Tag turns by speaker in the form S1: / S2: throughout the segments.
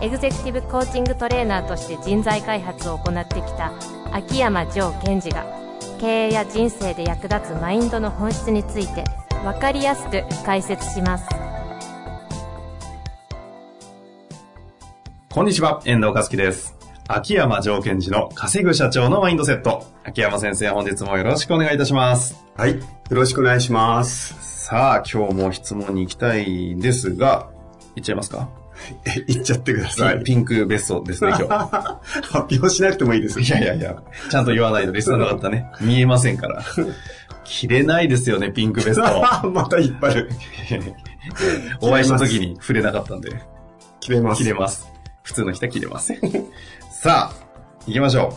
S1: エグゼクティブコーチングトレーナーとして人材開発を行ってきた秋山城賢治が経営や人生で役立つマインドの本質について分かりやすく解説します
S2: こんにちは、遠藤和樹です。秋山条件時の稼ぐ社長のマインドセット。秋山先生、本日もよろしくお願いいたします。
S3: はい。よろしくお願いします。
S2: さあ、今日も質問に行きたいんですが、いっちゃいますか、
S3: え、言っちゃってください。
S2: ピンクベストですね、 今
S3: 発表しなくてもいいです。
S2: 日。い やいやいや、ちゃんと言わないとリスナーの方ね、見えませんから。着れないですよね、ピンクベ スト。
S3: また引っ張る。
S2: お会いした時に触れなかったんで。
S3: 切れます。
S2: 切れます。普通の人は切れません。 さあ、行きましょ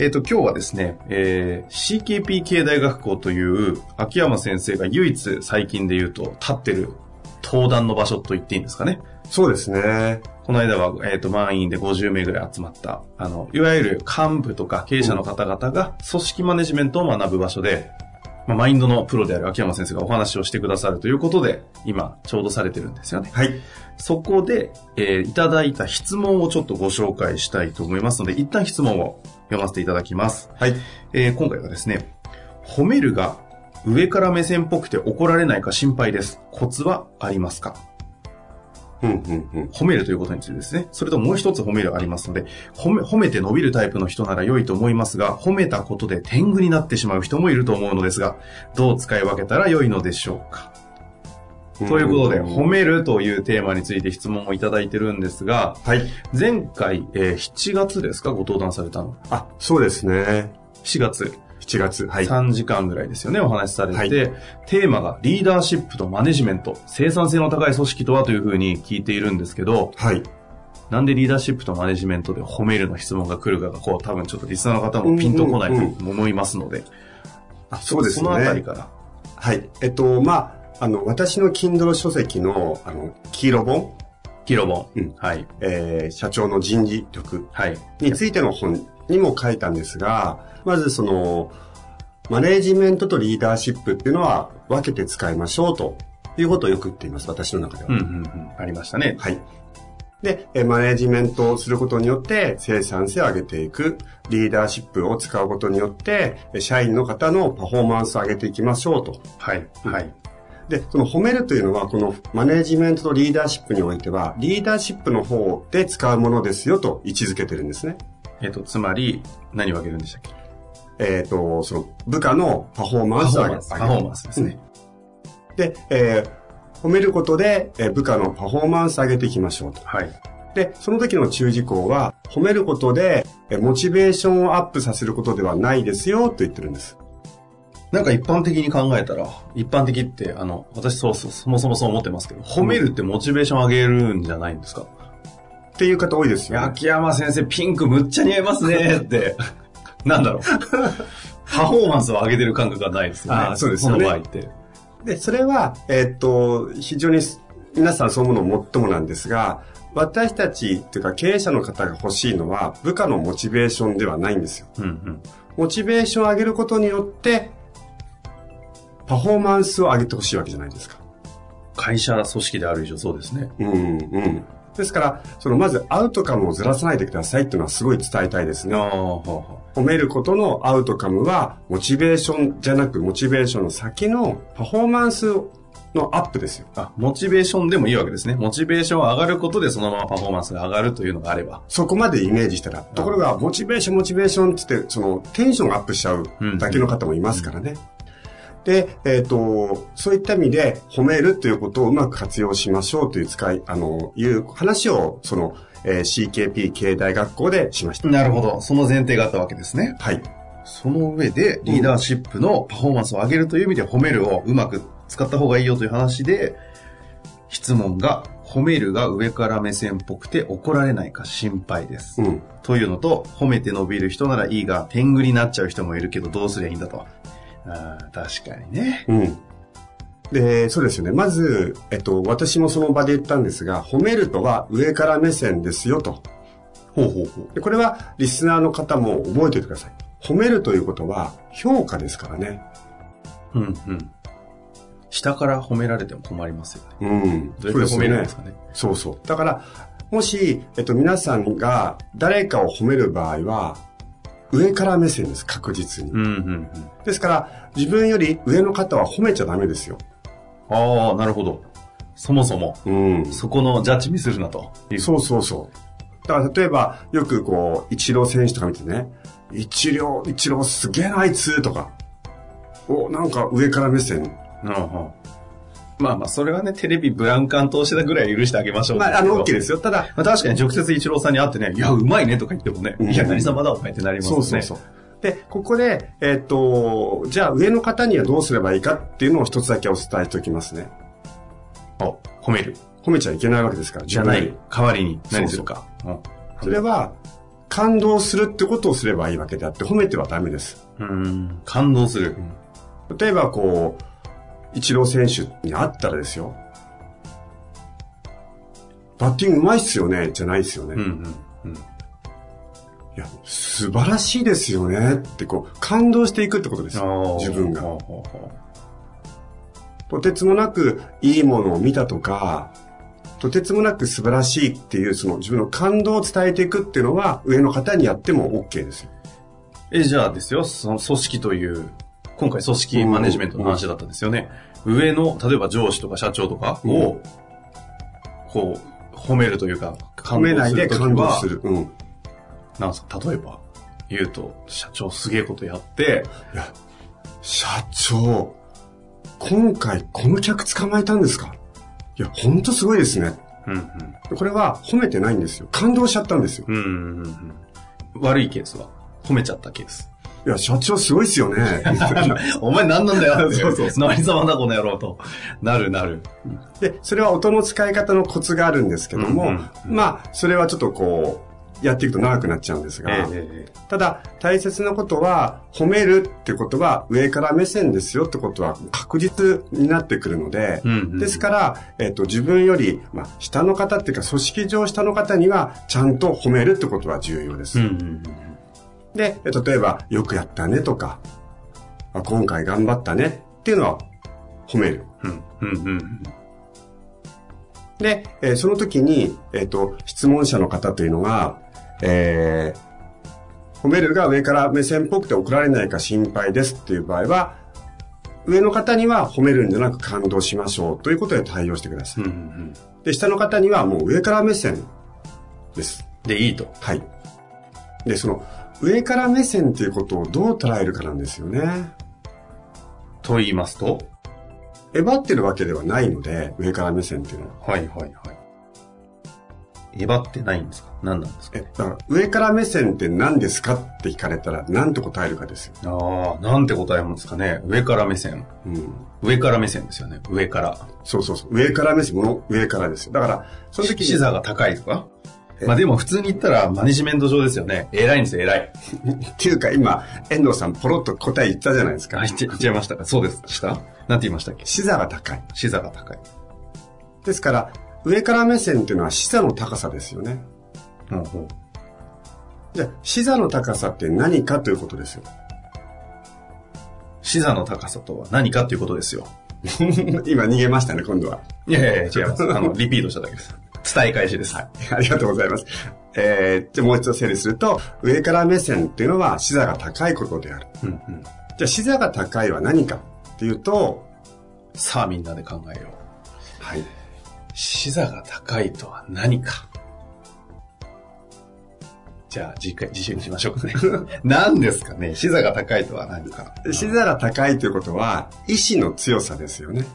S2: う。えっ、と、今日はですね、えー CKP 系大学校という、秋山先生が唯一最近で言うと、立ってる登壇の場所と言っていいんですかね。
S3: そうですね。
S2: この間は、えっ、と、満員で50名ぐらい集まった、あの、いわゆる幹部とか経営者の方々が組織マネジメントを学ぶ場所で、まあ、マインドのプロである秋山先生がお話をしてくださるということで、今、ちょうどされてるんですよね。
S3: はい。
S2: そこで、えーいただいた質問をちょっとご紹介したいと思いますので、一旦質問を読ませていただきます。
S3: はい。
S2: えー今回はですね、褒めるが上から目線っぽくて怒られないか心配です。コツはありますか
S3: うんうんうん。
S2: 褒めるということについてですね。それともう一つ褒めるありますので、褒め、褒めて伸びるタイプの人なら良いと思いますが、褒めたことで天狗になってしまう人もいると思うのですが、どう使い分けたら良いのでしょうかということで、
S3: ん
S2: 褒めるというテーマについて質問をいただいてるんですが、
S3: はい。
S2: 前回、えー7月ですか、ご登壇されたの。
S3: あ、そうですね。
S2: 7月、
S3: 7月。はい。
S2: 3時間ぐらいですよね、お話しされて、
S3: はい
S2: テーマがリーダーシップとマネジメント、生産性の高い組織とはというふうに聞いているんですけど、
S3: はい。
S2: なんでリーダーシップとマネジメントで褒めるの質問が来るかが、こう、多分ちょっとリスナーの方もピンとこないと思いますので、
S3: あ、そうですね。
S2: そのあたりから。
S3: はい。えっと、まあ、あの、私の Kindle 書籍の、あの、黄色本、
S2: キロボン、
S3: うん
S2: はい、
S3: えー社長の人事力
S2: はい、
S3: についての本にも書いたんですが、まずその、マネージメントとリーダーシップっていうのは分けて使いましょうということをよく言っています、私の中では。
S2: うん、うん、うん、ありましたね。
S3: はい。で、えーマネージメントをすることによって生産性を上げていく、リーダーシップを使うことによって、えー社員の方のパフォーマンスを上げていきましょうと。
S2: はい、はい、
S3: で、その褒めるというのは、このマネージメントとリーダーシップにおいては、リーダーシップの方で使うものですよと位置づけてるんですね。
S2: えっ、と、つまり、何を挙げるんでしたっけ
S3: えっ、と、その部下のパフォーマ
S2: パ
S3: ン
S2: フ
S3: スを
S2: ォー
S3: 上げ
S2: マ
S3: る
S2: ンス、パフォーマンスですね。
S3: で、えー褒めることで、えー部下のパフォーマンスを上げていきましょうと。
S2: はい。
S3: で、その時の注意事項は、褒めることで、えーモチベーションをアップさせることではないですよと言ってるんです。
S2: なんか一般的に考えたら、一般的って、あの、私そうそう、そもそもそう思ってますけど、褒めるってモチベーション上げるんじゃないんですか、
S3: っていう方多いです
S2: いや
S3: よ、ね。
S2: 秋山先生、ピンクむっちゃ似合いますね って、なんだろう。パフォーマンスを上げてる感覚がないですよね。
S3: あーそうですよね
S2: この場合って。
S3: で、それは、えーっと、非常にす皆さんそう思うのもっともなんですが、私たちというか経営者の方が欲しいのは部下のモチベーションではないんですよ。
S2: うんうん。
S3: モチベーションを上げることによって、パフォーマンスを上げてほしいわけじゃないですか。
S2: 会社組織である以上そうですね。
S3: うんうん。ですから、そのまずアウトカムをずらさないでくださいっていうのはすごい伝えたいです
S2: あ
S3: ね。
S2: あ、はあは
S3: 褒めることのアウトカムは、モチベーションじゃなく、モチベーションの先のパフォーマンスのアップですよ。
S2: あ。あ、モチベーションでもいいわけですね。モチベーション上がることでそのままパフォーマンスが上がるというのがあれば。
S3: そこまでイメージしたら。ところが、モチベーション、モチベーションってって、その、テンションがアップしちゃうだけの方もいますからね。で、えっ、と、そういった意味で、褒めるということをうまく活用しましょうという使い、あの、いう話を、その、えー CKP 経営大学校でしました。
S2: なるほど。その前提があったわけですね。
S3: はい。
S2: その上で、リーダーシップのパフォーマンスを上げるという意味で、褒めるをうまく使った方がいいよという話で、質問が、褒めるが上から目線っぽくて怒られないか心配です。
S3: うん。
S2: というのと、褒めて伸びる人ならいいが、天狗になっちゃう人もいるけどどうすりゃいいんだと。あー確かにね。
S3: うん。で、そうですよね。まず、えっと、私もその場で言ったんですが、褒めるとは上から目線ですよと。
S2: ほうほうほう。
S3: でこれはリスナーの方も覚えておいてください。褒めるということは評価ですからね。
S2: うんうん。下から褒められても困りますよね。
S3: うん。
S2: どうやって褒めるんです
S3: そう
S2: かね。
S3: そうそう。だから、もし、えっと、皆さんが誰かを褒める場合は、上から目線です、確実に。
S2: うんうんうん。
S3: ですから、自分より上の方は褒めちゃダメですよ。
S2: ああ、なるほど。そもそも、
S3: うん。
S2: そこのジャッジミスるなと。
S3: そうそうそう。だから例えば、よくこう、一郎選手とか見てね、一郎、一郎すげえなあいつとか、お、なんか上から目線。
S2: うんうん。まあまあ、それはね、テレビブランカン通してたぐらい許してあげましょう。。
S3: まあ、あの、OK ですすよ。ただ、
S2: まあ確かに直接イチローさんに会ってね、いや、うまいねとか言ってもね、
S3: うん
S2: いや、何様だお前ってなりますね。
S3: そうそうそう。で、ここで、えっと、じゃあ上の方にはどうすればいいかっていうのを一つだけお伝えしておきますね。
S2: お褒める。
S3: 褒めちゃいけないわけですから、
S2: じゃない
S3: 自分よ。
S2: 代わりに何するか。うん
S3: り。それは、感動するってことをすればいいわけであって、褒めてはダメです。
S2: うん、感動する。
S3: 例えば、こう、一郎選手に会ったらですよ。バッティングうまいっすよね、じゃないですよね。
S2: うん
S3: い
S2: うん。うん
S3: や、素晴らしいですよねって、こう、感動していくってことですよ。自分が。
S2: ほうほうほ
S3: とてつもなくいいものを見たとか、とてつもなく素晴らしいっていう、その自分の感動を伝えていくっていうのは、上の方にやっても OK ですよ。
S2: うえ、じゃあですよ、その組織という、今回組織マネジメントの話だったんですよね。上の、例えば上司とか社長とかを、こう、褒めるというか、
S3: 褒めないで感動す
S2: る
S3: る。うん。
S2: 時は。なんすか、例えば、言うと、社長すげえことやって、
S3: 社長、今回この客捕まえたんですかいや、ほんとすごいですね。
S2: うん
S3: これは褒めてないんですよ。感動しちゃったんですよ。
S2: うん。うんうんうんうん。悪いケースは、褒めちゃったケース。
S3: いや、社長すごいっすよね。
S2: お前何なんだよって。
S3: そうそう
S2: 何様だこの野郎と。なるなる。
S3: で、それは音の使い方のコツがあるんですけども、
S2: うんうん
S3: まあ、それはちょっとこう、やっていくと長くなっちゃうんですが、
S2: ええ
S3: ただ、大切なことは、褒めるってことは、上から目線ですよってことは、確実になってくるので、
S2: うんうん
S3: ですから、えっ、と、自分より、まあ、下の方っていうか、組織上下の方には、ちゃんと褒めるってことは重要です。
S2: うんうん
S3: で、え例えば、よくやったねとか、あ今回頑張ったねっていうのは、褒める。
S2: うん。うんうんうん。
S3: で、えーその時に、えっ、と、質問者の方というのが、えー褒めるが上から目線っぽくて怒られないか心配ですっていう場合は、上の方には褒めるんじゃなく感動しましょうということで対応してくださ
S2: う
S3: い。
S2: んうんうん。
S3: で、下の方にはもう上から目線です。
S2: で、いいと。
S3: はい。で、その、上から目線っていうことをどう捉えるかなんですよね。
S2: と言いますと
S3: えばってるわけではないので、上から目線っていうのは。
S2: はいはいはい。えばってないんですか何なんですか
S3: え、だから、上から目線って何ですかって聞かれたら、何と答えるかですよ。
S2: ああ、なんて答えますかね上から目線。
S3: うん。
S2: 上から目線ですよね。上から。
S3: そうそうそう。上から目線、もの上からですよ。だから、その時に
S2: 視座が高いとか
S3: え
S2: まあでも普通に言ったらマネジメント上ですよね。偉いんですよ、偉い。
S3: っていうか、今、遠藤さんポロッと答え言ったじゃないですか
S2: あ、。言っちゃ言っちゃいましたか。そうです。したなんて言いましたっけ
S3: 視座が高い。
S2: 視座が高い。
S3: ですから、上から目線っていうのは視座の高さですよね。
S2: うんうん
S3: じゃあ、視座の高さって何かということですよ。
S2: 視座の高さとは何かっていうことですよ。
S3: 今逃げましたね、今度は。
S2: いやいやいや、違い ます。あの、リピートしただけです。伝え返しです。はい。
S3: ありがとうございます。えー、じゃあもう一度整理すると、上から目線っていうのは視座が高いことである。
S2: うんうん。
S3: じゃあ、視座が高いは何かっていうと、
S2: さあみんなで考えよう。
S3: はい。
S2: 視座が高いとは何か。じゃあ、次回、次週にしましょうか ね。何ですかね視座が高いとは何か。
S3: 視座が高いということは、意志の強さですよね。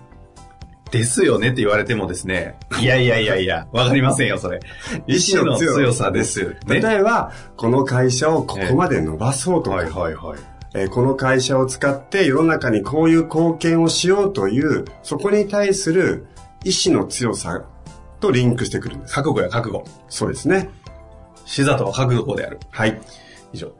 S2: ですよねって言われてもですね。いやいやいやいや、わかりませんよ、それ。意志の強さですよね。
S3: 例えば、この会社をここまで伸ばそうとか、
S2: はいはいはい。
S3: えーこの会社を使って世の中にこういう貢献をしようという、そこに対する意志の強さとリンクしてくるんです。
S2: 覚悟や覚悟。
S3: そうですね。
S2: 死ざとは覚悟である。
S3: はい。
S2: 以上。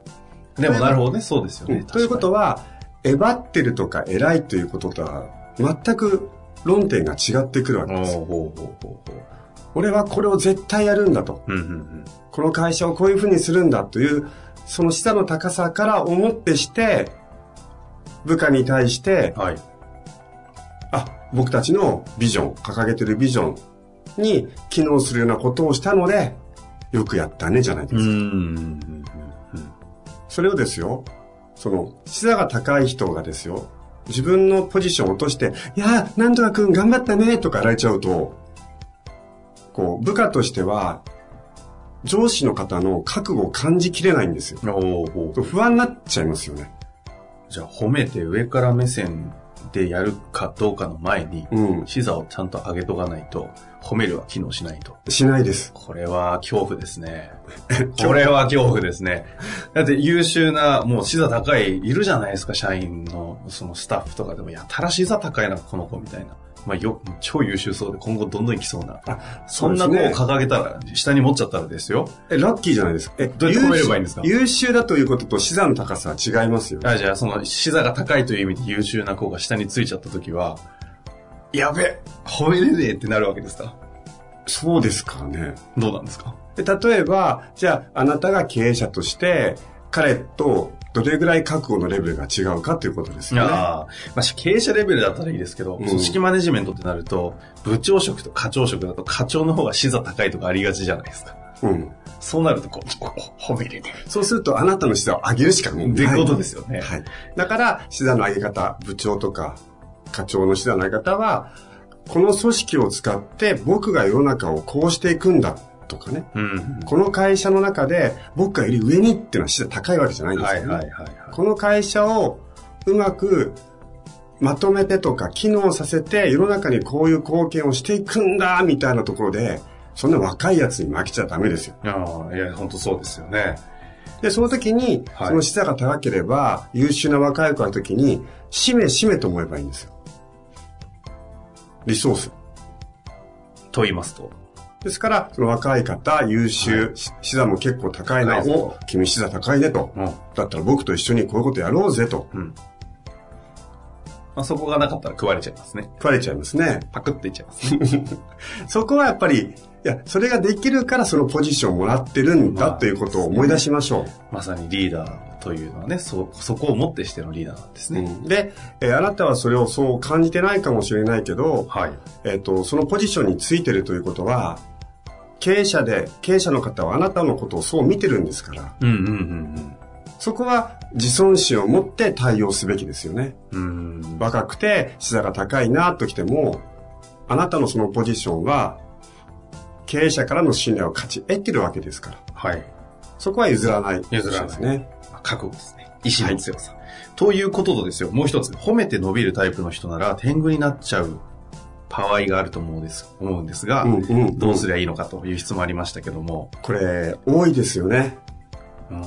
S2: でもなるほどね、そうですよね。
S3: うんということ
S2: は、
S3: は、えばってるとか偉いということとは、全く論点が違ってくるわけ
S2: お
S3: で
S2: う
S3: す。
S2: ほうほうほうほう。
S3: 俺はこれを絶対やるんだと。
S2: うんうん
S3: この会社をこういうふうにするんだという、その資産の高さから思ってして、部下に対して
S2: うん。、はい。
S3: あ、僕たちのビジョン、掲げてるビジョンに機能するようなことをしたので、よくやったね、じゃないで
S2: う
S3: すか。
S2: ん。
S3: それをですよ、その、資座が高い人がですよ、自分のポジションを落として、いやー、なんとかくん頑張ったね、とかやられちゃうと、こう、部下としては、上司の方の覚悟を感じきれないんですよ。
S2: おうほう。
S3: 不安になっちゃいますよね。
S2: じゃあ、褒めて上から目線でやるかどうかの前に、
S3: うん。
S2: 死座をちゃんと上げとかないと、褒めるは機能しないと。
S3: しないです。
S2: これは恐怖ですね。これは恐怖ですね。だって優秀な、もう資座高い、いるじゃないですか、社員の、そのスタッフとかでも、やたら資座高いな、この子みたいな。まあよ、超優秀そうで、今後どんどんいきそうな。そんな子を
S3: ね。
S2: 掲げたら、下に持っちゃったらですよ。
S3: え、ラッキーじゃないですか。え、
S2: どうやって褒めればいいんですか
S3: 優秀優秀だということと資産の高さは違いますよ。
S2: あじゃあ、その、資座が高いという意味で優秀な子が下についちゃった時は、やべ褒めれねえってなるわけですか
S3: そうですからね。
S2: どうなんですか
S3: で例えば、じゃあ、あなたが経営者として、彼とどれぐらい覚悟のレベルが違うかということですよね。
S2: ああ、まあ、経営者レベルだったらいいですけど、
S3: うん
S2: 組織マネジメントってなると、部長職と課長職だと課長の方が資座高いとかありがちじゃないですか。
S3: うん。
S2: そうなるとこう、こう褒めれね
S3: そうすると、あなたの資産を上げるしかも
S2: え。
S3: う
S2: って
S3: ない。
S2: ことですよね。
S3: はい。だから、資産の上げ方、部長とか、課長の資産の上げ方は、この組織を使って僕が世の中をこうしていくんだとかね。
S2: うん。
S3: この会社の中で僕がより上にっていうのは資産高いわけじゃないんです
S2: は
S3: よ、
S2: い
S3: ね。
S2: はいはいはい。
S3: この会社をうまくまとめてとか機能させて世の中にこういう貢献をしていくんだみたいなところで、そんな若いやつに負けちゃダメですよ。
S2: ああ、いや、本当そうですよね。
S3: で、その時に、
S2: はい
S3: その資産が高ければ、優秀な若い子の時に、しめしめと思えばいいんですよ。リソース。
S2: と言いますと。
S3: ですから、その若い方、優秀、し資産も結構高いな、
S2: はい
S3: お、君資産高いねと。
S2: うん。
S3: だったら僕と一緒にこういうことやろうぜと、
S2: うん。まあ、そこがなかったら食われちゃいますね。
S3: 食われちゃいますね。
S2: パクっていっちゃいますね。
S3: そこはやっぱり、いや、それができるからそのポジションをもらってるんだ
S2: まあ
S3: ということを思い出しましょ
S2: まさにリーダーというのはね、そ、そこをもってしてのリーダーなんです
S3: う。う
S2: ね。
S3: んで、えーあなたはそれをそう感じてないかもしれないけど、
S2: はい。
S3: えっ、と、そのポジションについてるということは、経営者で、経営者の方はあなたのことをそう見てるんですから、
S2: うんうんうん
S3: そこは自尊心を持って対応すべきですよね。
S2: うん。うん。
S3: 若くて、資座が高いなときても、あなたのそのポジションは、経営者からの信頼を勝ち得てるわけですから。
S2: はい。
S3: そこは譲らない。
S2: 譲らない
S3: ですね。
S2: 覚悟ですね。意志の強さ。ということとですよ、もう一つ、褒めて伸びるタイプの人なら天狗になっちゃう場合があると思うんです思うんですが、
S3: うん
S2: どうすりゃいいのかという質問ありましたけども、
S3: これ、多いですよね。
S2: うん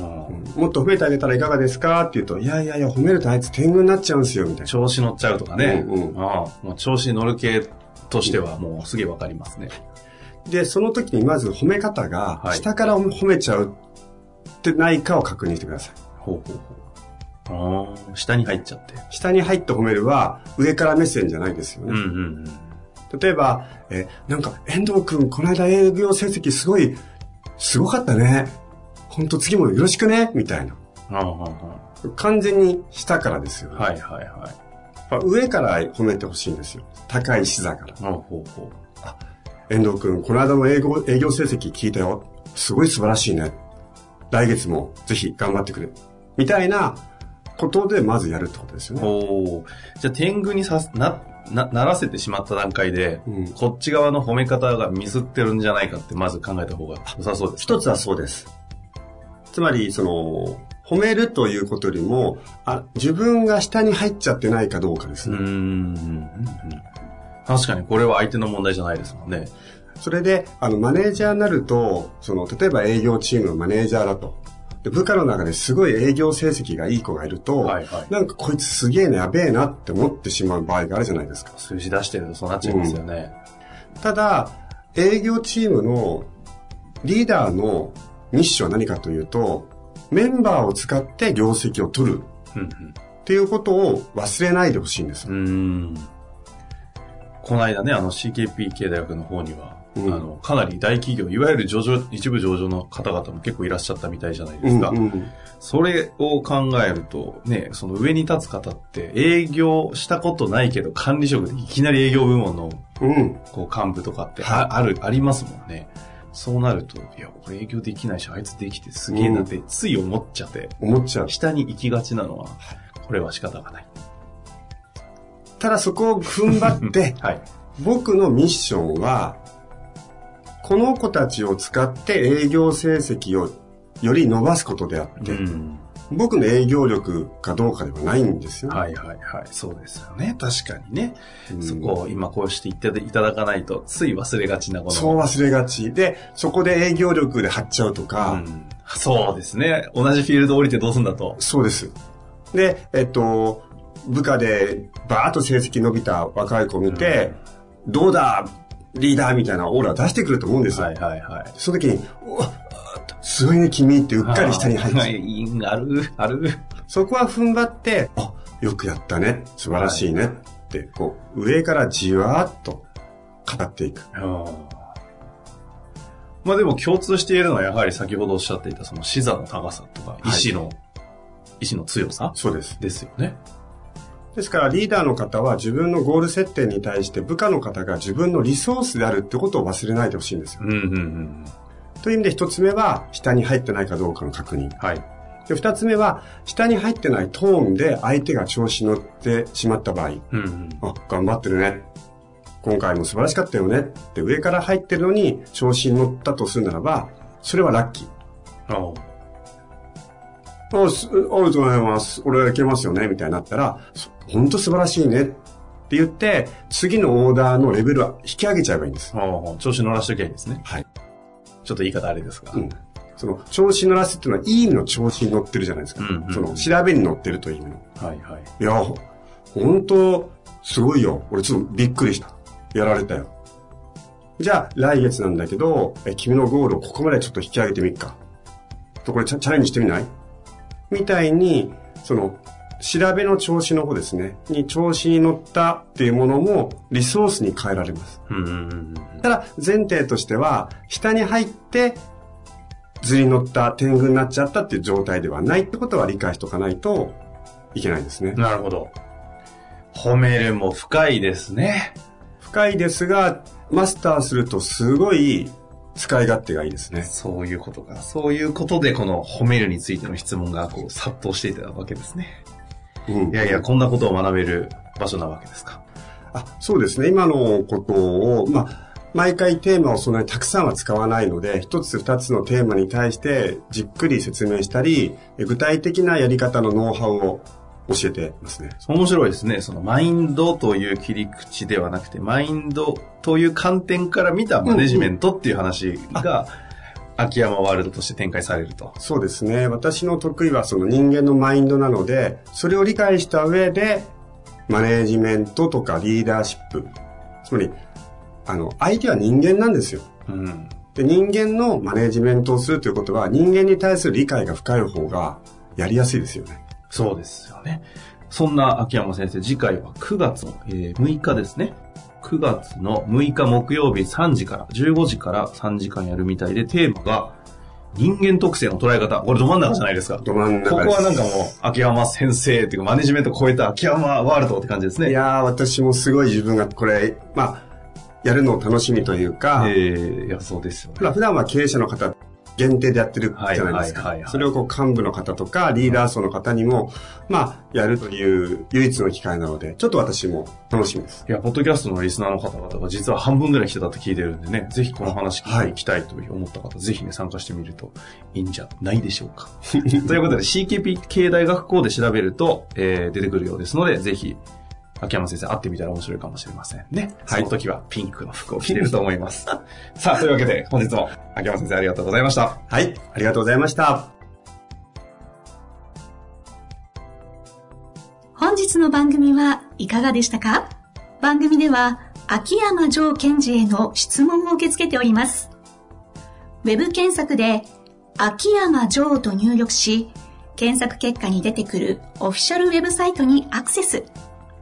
S3: もっと褒めてあげたらいかがですかって言うと、いやいやいや、褒めるとあいつ天狗になっちゃうんすよ、みたいな。
S2: 調子乗っちゃうとかね、
S3: うんうん
S2: ああもう調子に乗る系としてはもうすげえわかりますね。
S3: で、その時にまず褒め方が
S2: は、い
S3: 下から褒めちゃうってないかを確認してください。
S2: ほうほうほう。ああ下に入っちゃって。
S3: 下に入って褒めるは、上から目線じゃないですよ
S2: うんう
S3: ね。
S2: ん
S3: 例えば、えーなんか、遠藤くん、この間営業成績すごい、すごかったね。ほんと次もよろしくね、みたいな。
S2: うん。ああは
S3: 完全に下からですよね。
S2: あはいはいはい。
S3: やっぱ上から褒めてほしいんですよ。高い視座から。
S2: ほうほうほ
S3: 遠藤くん、この間の営業営業成績聞いたよ。すごい素晴らしいね。来月もぜひ頑張ってくれ。みたいなことでまずやるってことです
S2: う。
S3: よね。
S2: ほう。じゃあ天狗にさすな、な、ならせてしまった段階で、
S3: うん
S2: こっち側の褒め方がミスってるんじゃないかってまず考えた方が良さそうです。
S3: 一つはそうです。つまり、その、褒めるということよりもあ、自分が下に入っちゃってないかどうかです
S2: うー
S3: ね。
S2: ん。確かにこれは相手の問題じゃないですもんね。
S3: それで、あの、マネージャーになると、その、例えば営業チームのマネージャーだと。で部下の中ですごい営業成績がいい子がいると、
S2: はいはい
S3: なんかこいつすげえな、やべえなって思ってしまう場合があるじゃないですか。
S2: 数字出してるとそうなっちゃいますよね。
S3: ただ、営業チームのリーダーのミッションは何かというと、メンバーを使って業績を取るっていうことを忘れないでほしいんですよ。
S2: この間ね、あの CKPK 大学の方には、うん、あのかなり大企業、いわゆる上場、一部上場の方々も結構いらっしゃったみたいじゃないですか。うんうん、それを考えると、ね、その上に立つ方って営業したことないけど管理職でいきなり営業部門の、うん、こう幹部とかってあ,、ある、ありますもんね。そうなると、いや、これ営業できないし、あいつできてすげえなって、つい思っちゃって、
S3: うん、思っちゃう。
S2: 下に行きがちなのは、これは仕方がない。
S3: ただそこを踏ん張って、 はい、僕のミッションは、この子たちを使って営業成績をより伸ばすことであって、うん、僕の営業力かどうかではないんですよ、
S2: ね、はいはいはい。そうですよね。確かにね。うん、そこを今こうしていただかないと、つい忘れがちなこと。、
S3: そう忘れがち。で、そこで営業力で張っちゃうとか、うん
S2: そうですね。同じフィールド降りてどうすんだと。
S3: そうです。で、えっと、部下でバーッと成績伸びた若い子を見て、うん、どうだリーダーみたいなオーラ出してくると思うんですよ。
S2: はいはいはい。。
S3: その時に、おすごいね君ってうっかり下に入って
S2: ある、ある。
S3: そこは踏ん張って、あ、よくやったね、素晴らしいね、はい、って、こう、上からじわーっと語っていく。
S2: まあでも共通しているのはやはり先ほどおっしゃっていたその視座の高さとか、意志の、はい、意志の強さ
S3: そうです。
S2: ですよね。
S3: ですからリーダーの方は自分のゴール設定に対して部下の方が自分のリソースであるってことを忘れないでほしいんですよ。うんうんうん、という意味で一つ目は下に入ってないかどうかの確認。はい、で二つ目は下に入ってないトーンで相手が調子に乗ってしまった場合、うんうん、あ頑張ってるね。今回も素晴らしかったよねって上から入ってるのに調子に乗ったとするならば、それはラッキー。あああ、ありがとうございます。俺はいけますよね、みたいになったら、本当素晴らしいねって言って、次のオーダーのレベルは引き上げちゃえばいいんです。
S2: 調子乗らしときゃいいんですね。
S3: はい。
S2: ちょっと言い方あれですが。うん、
S3: その、調子乗らすっていうのは、いい意味の調子に乗ってるじゃないですか。うんうん、その、調べに乗ってるという意味の。。
S2: はいはい
S3: いや、本当すごいよ。俺ちょっとびっくりした。やられたよ。じゃあ、来月なんだけど、え君のゴールをここまでちょっと引き上げてみっか。と、これチャレンジしてみないみたいに、その、調べの調子の方ですね、に調子に乗ったっていうものもリソースに変えられます。ただ、前提としては、下に入って、図に乗った天狗になっちゃったっていう状態ではないってことは理解しておかないといけないですね。
S2: なるほど。褒めるも深いですね。
S3: 深いですが、マスターするとすごい使い勝手がいいですね。
S2: そういうことか。そういうことで、この褒めるについての質問が、こう、殺到していたわけですね。うん、いやいや、こんなことを学べる場所なわけですか。
S3: あ、そうですね。今のことを、まあ、毎回テーマをそんなにたくさんは使わないので、一つ二つのテーマに対してじっくり説明したり、具体的なやり方のノウハウを教えてますね。
S2: 面白いですね。そのマインドという切り口ではなくて、マインドという観点から見たマネジメントっていう話が、秋山ワールドとして展開されると。
S3: そうですね。私の得意はその人間のマインドなので、それを理解した上で、マネジメントとかリーダーシップ。つまり、あの、相手は人間なんですよ。うん。で人間のマネジメントをするということは、人間に対する理解が深い方がやりやすいですよね。
S2: そうですよね。そんな秋山先生、次回は9月の、えー、6日ですね。9月の6日木曜日3時から、15時から3時間やるみたいで、テーマが、人間特性の捉え方。これど真ん中じゃないですか。
S3: ど真ん中
S2: ここはなんかもう、秋山先生っていうか、マネジメント超えた秋山ワールドって感じですね。
S3: いやー、私もすごい自分がこれ、まあ、やるのを楽しみというか。
S2: えー、いや、そうですよね。
S3: 普段は経営者の方限定でやってるじゃないですか。それをこう幹部の方とかリーダー層の方にも、まあ、やるという唯一の機会なので、ちょっと私も楽しみです。
S2: いや、ポッドキャストのリスナーの方々が実は半分ぐらい来てたって聞いてるんでね、ぜひこの話聞いていきたいと思った方、はい、ぜひね、参加してみるといいんじゃないでしょう か。ということで、CKP 経大学校で調べると、えー、出てくるようですので、ぜひ、秋山先生会ってみたら面白いかもしれませんね。はい、その時はピンクの服を着てると思います。さあ、というわけで本日も秋山先生ありがとうございました。
S3: はい、ありがとうございました。
S4: 本日の番組はいかがでしたか番組では秋山城賢治への質問を受け付けております。ウェブ検索で、秋山城と入力し、検索結果に出てくるオフィシャルウェブサイトにアクセス。